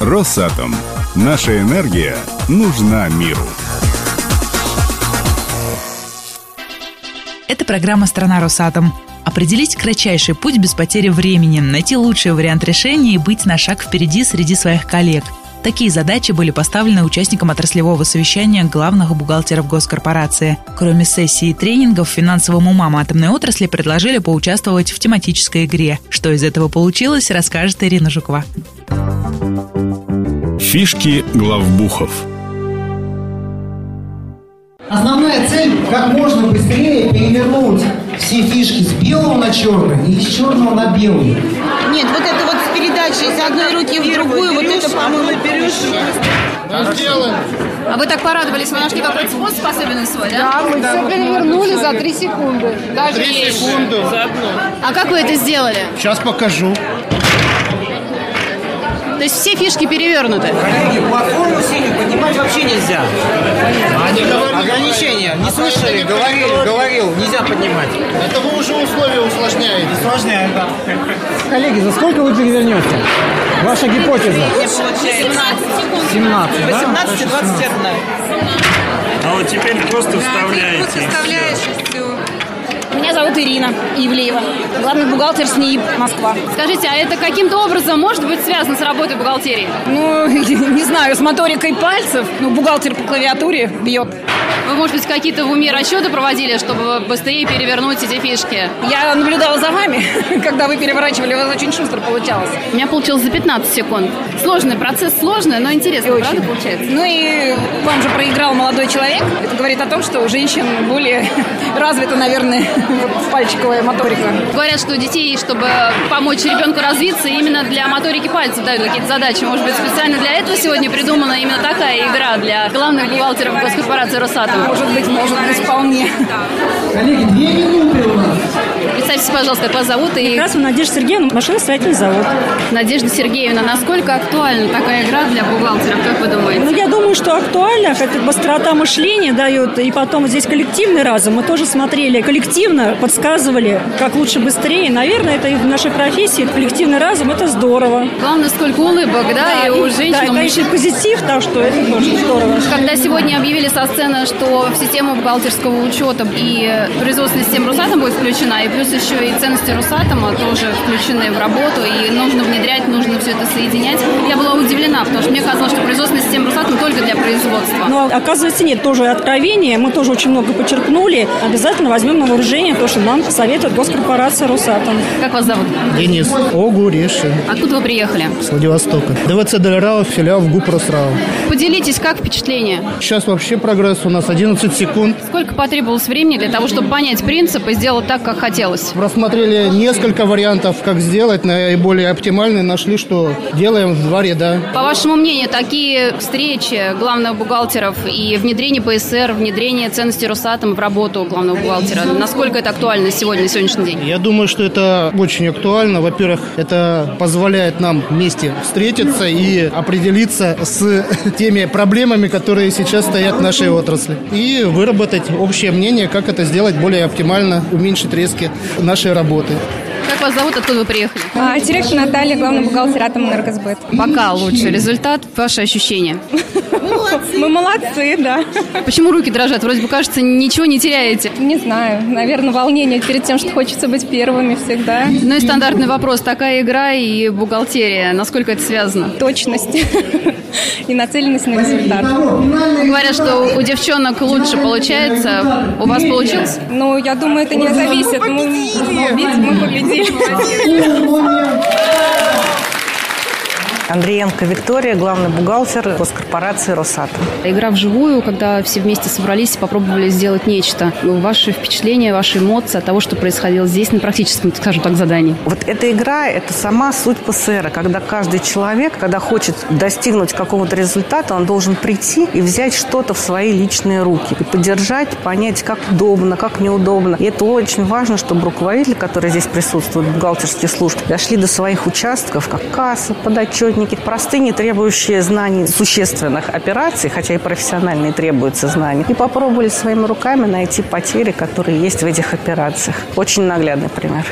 Росатом. Наша энергия нужна миру. Это программа «Страна Росатом». Определить кратчайший путь без потери времени, найти лучший вариант решения и быть на шаг впереди среди своих коллег – Такие задачи были поставлены участникам отраслевого совещания главных бухгалтеров госкорпорации. Кроме сессии и тренингов, финансовым умам атомной отрасли предложили поучаствовать в тематической игре. Что из этого получилось, расскажет Ирина Жукова. Фишки главбухов. Основная цель – как можно быстрее перевернуть все фишки с белого на черное и с черного на белый. Нет, вот это вот с передачей из одной руки в другую, вот это, по-моему, А вы так порадовались, вы нашли какой-то способ особенный свой, да? Мы все перевернули за 3 секунды. Даже А как вы это сделали? Сейчас покажу. То есть все фишки перевернуты? Коллеги, платформу синюю поднимать вообще нельзя. Ограничения. Не слышали? Говорил, говорил. Нельзя поднимать. Это вы уже условия усложняете. Сложнее, да. Коллеги, за сколько вы перевернете? Ваша гипотеза? 17, да? 18 и 21. А вот теперь просто вставляете. Меня зовут Ирина Ивлеева, главный бухгалтер СНИИ Москва. Скажите, а это каким-то образом может быть связано с работой бухгалтерии? Ну, не знаю, с моторикой пальцев, ну, бухгалтер по клавиатуре бьет. Вы, может быть, какие-то в уме расчеты проводили, чтобы быстрее перевернуть эти фишки? Я наблюдала за вами, когда вы переворачивали, у вас очень шустро получалось. У меня получилось за 15 секунд. Сложный процесс, сложный, но интересно, И правда очень. получается? Ну и вам же проиграл молодой человек. Это говорит о том, что у женщин более развита, наверное, вот пальчиковая моторика. Говорят, что детей, чтобы помочь ребенку развиться, именно для моторики пальцев дают какие-то задачи. Может быть, специально для этого сегодня придумана именно такая игра для главных бухгалтеров госкорпорации «Росатом». Может быть, может быть, вполне. Коллеги, две минуты у нас. Представьтесь, пожалуйста, как вас зовут и Как раз у Надежды Сергеевны машиностроительный завод. Надежда Сергеевна, насколько актуальна такая игра для бухгалтеров, как вы Ну, думаете? я думаю, что актуально, как это быстрота мышления дает, и потом здесь коллективный разум. Мы тоже смотрели коллективно, подсказывали, как лучше быстрее. Наверное, это и в нашей профессии коллективный разум, это здорово. Главное, сколько улыбок, да, и у женщин, да, у и, конечно, мужчин. позитив, так что это тоже здорово. Когда сегодня объявили со сцены, что в систему бухгалтерского учета и э, производственная система Росатом будет включена, и плюс еще и ценности Росатома тоже включены в работу, и нужно внедрять, нужно все это соединять, я была удивлена, потому что мне казалось, что производственная система Росатома только для производства. Но оказывается, нет, тоже откровение. Мы тоже очень много подчеркнули. Обязательно возьмем на вооружение то, что нам советует госкорпорация «Росатом». Как вас зовут? Денис Огурешин Откуда вы приехали? с Владивостока. ДВЦ Долярау, филиал в ГУП Росрау. Поделитесь, как впечатление? Сейчас вообще прогресс у нас 11 секунд. Сколько потребовалось времени для того, чтобы понять принцип и сделать так, как хотелось? Просмотрели несколько вариантов, как сделать, наиболее оптимальный нашли, что делаем в два ряда. По вашему мнению, такие встречи главных бухгалтеров и внедрение ПСР, внедрение ценностей Росатом в работу главного бухгалтера, насколько это актуально сегодня, на сегодняшний день? Я думаю, что это очень актуально. Во-первых, это позволяет нам вместе встретиться и определиться с теми проблемами, которые сейчас стоят в нашей отрасли. И выработать общее мнение, как это сделать более оптимально, уменьшить риски нашей работы. Как вас зовут, откуда вы приехали? А, директор Наталья, главный бухгалтер «Атомэнергосбыт». Пока лучше результат, ваши ощущения. Мы молодцы, да. Почему руки дрожат? Вроде бы кажется, ничего не теряете. Не знаю, наверное, волнение перед тем, что хочется быть первыми всегда. Ну и стандартный вопрос, такая игра и бухгалтерия, насколько это связано? Точность и нацеленность на результат. Говорят, что у девчонок лучше получается, у вас получилось? Ну, я думаю, это не зависит. Мы победили. Мы победили. Андреенко Виктория, главный бухгалтер госкорпорации «Росатом». Игра вживую, когда все вместе собрались и попробовали сделать нечто. Ваши впечатления, ваши эмоции от того, что происходило здесь на практическом, скажем так, задании. Вот эта игра – это сама суть ПСР, когда каждый человек, когда хочет достигнуть какого-то результата, он должен прийти и взять что-то в свои личные руки, и поддержать, понять, как удобно, как неудобно. И это очень важно, чтобы руководители, которые здесь присутствуют, бухгалтерские службы, дошли до своих участков, как касса, подотчетники, простые, не требующие знаний существенных операций, хотя и профессиональные требуются знания, и попробовали своими руками найти потери, которые есть в этих операциях. Очень наглядный пример.